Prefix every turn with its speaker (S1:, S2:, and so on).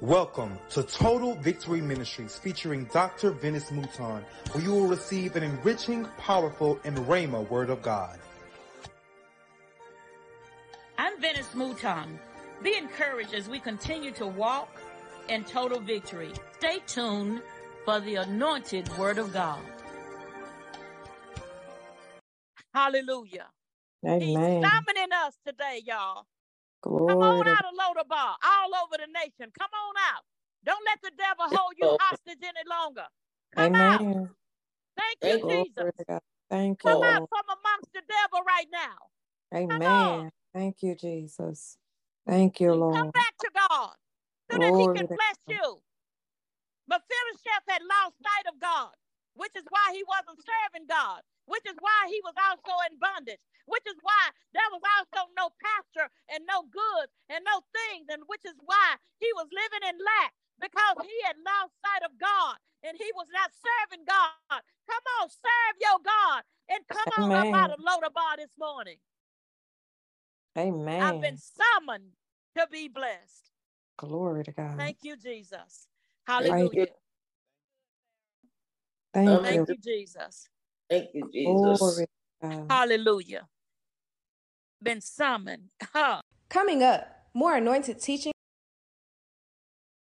S1: Welcome to Total Victory Ministries featuring Dr. Venice Mouton, where you will receive an enriching, powerful, and Rhema Word of God.
S2: I'm Venice Mouton. Be encouraged as we continue to walk in total victory. Stay tuned for the anointed Word of God. Hallelujah. He's
S3: Amen.
S2: summoning us today, y'all. Come
S3: Glory
S2: on
S3: to
S2: out of Lodabar, all over the nation. Come on out. Don't let the devil hold you
S4: Lord.
S2: hostage any longer. Come out.
S3: Amen.
S2: Thank you,
S3: Glory
S2: Jesus.
S3: to God. Thank you,
S2: Come out
S3: Lord.
S2: from amongst the devil right now.
S3: Amen. Thank you, Jesus. Thank you,
S2: Come
S3: Lord.
S2: back to God so that he
S3: Glory
S2: can
S3: to
S2: bless
S3: God.
S2: you. Mephibosheth had lost sight of God, which is why he wasn't serving God, which is why he was also in bondage, which is why there was also no pasture and no goods and no things, and which is why he was living in lack because he had lost sight of God and he was not serving God. Come on, serve your God and come on up out
S3: Amen.
S2: of Lodabar this morning. I've been
S3: Amen.
S2: summoned to be blessed.
S3: Glory to God.
S2: Thank you, Jesus.
S4: Thank
S3: Thank
S4: you.
S2: Hallelujah.
S3: Thank
S2: Thank
S3: you.
S2: you, Jesus.
S4: Thank you, Jesus.
S3: Glory to God.
S2: Hallelujah. Been summoned. Huh.
S5: Coming up, more anointed teaching.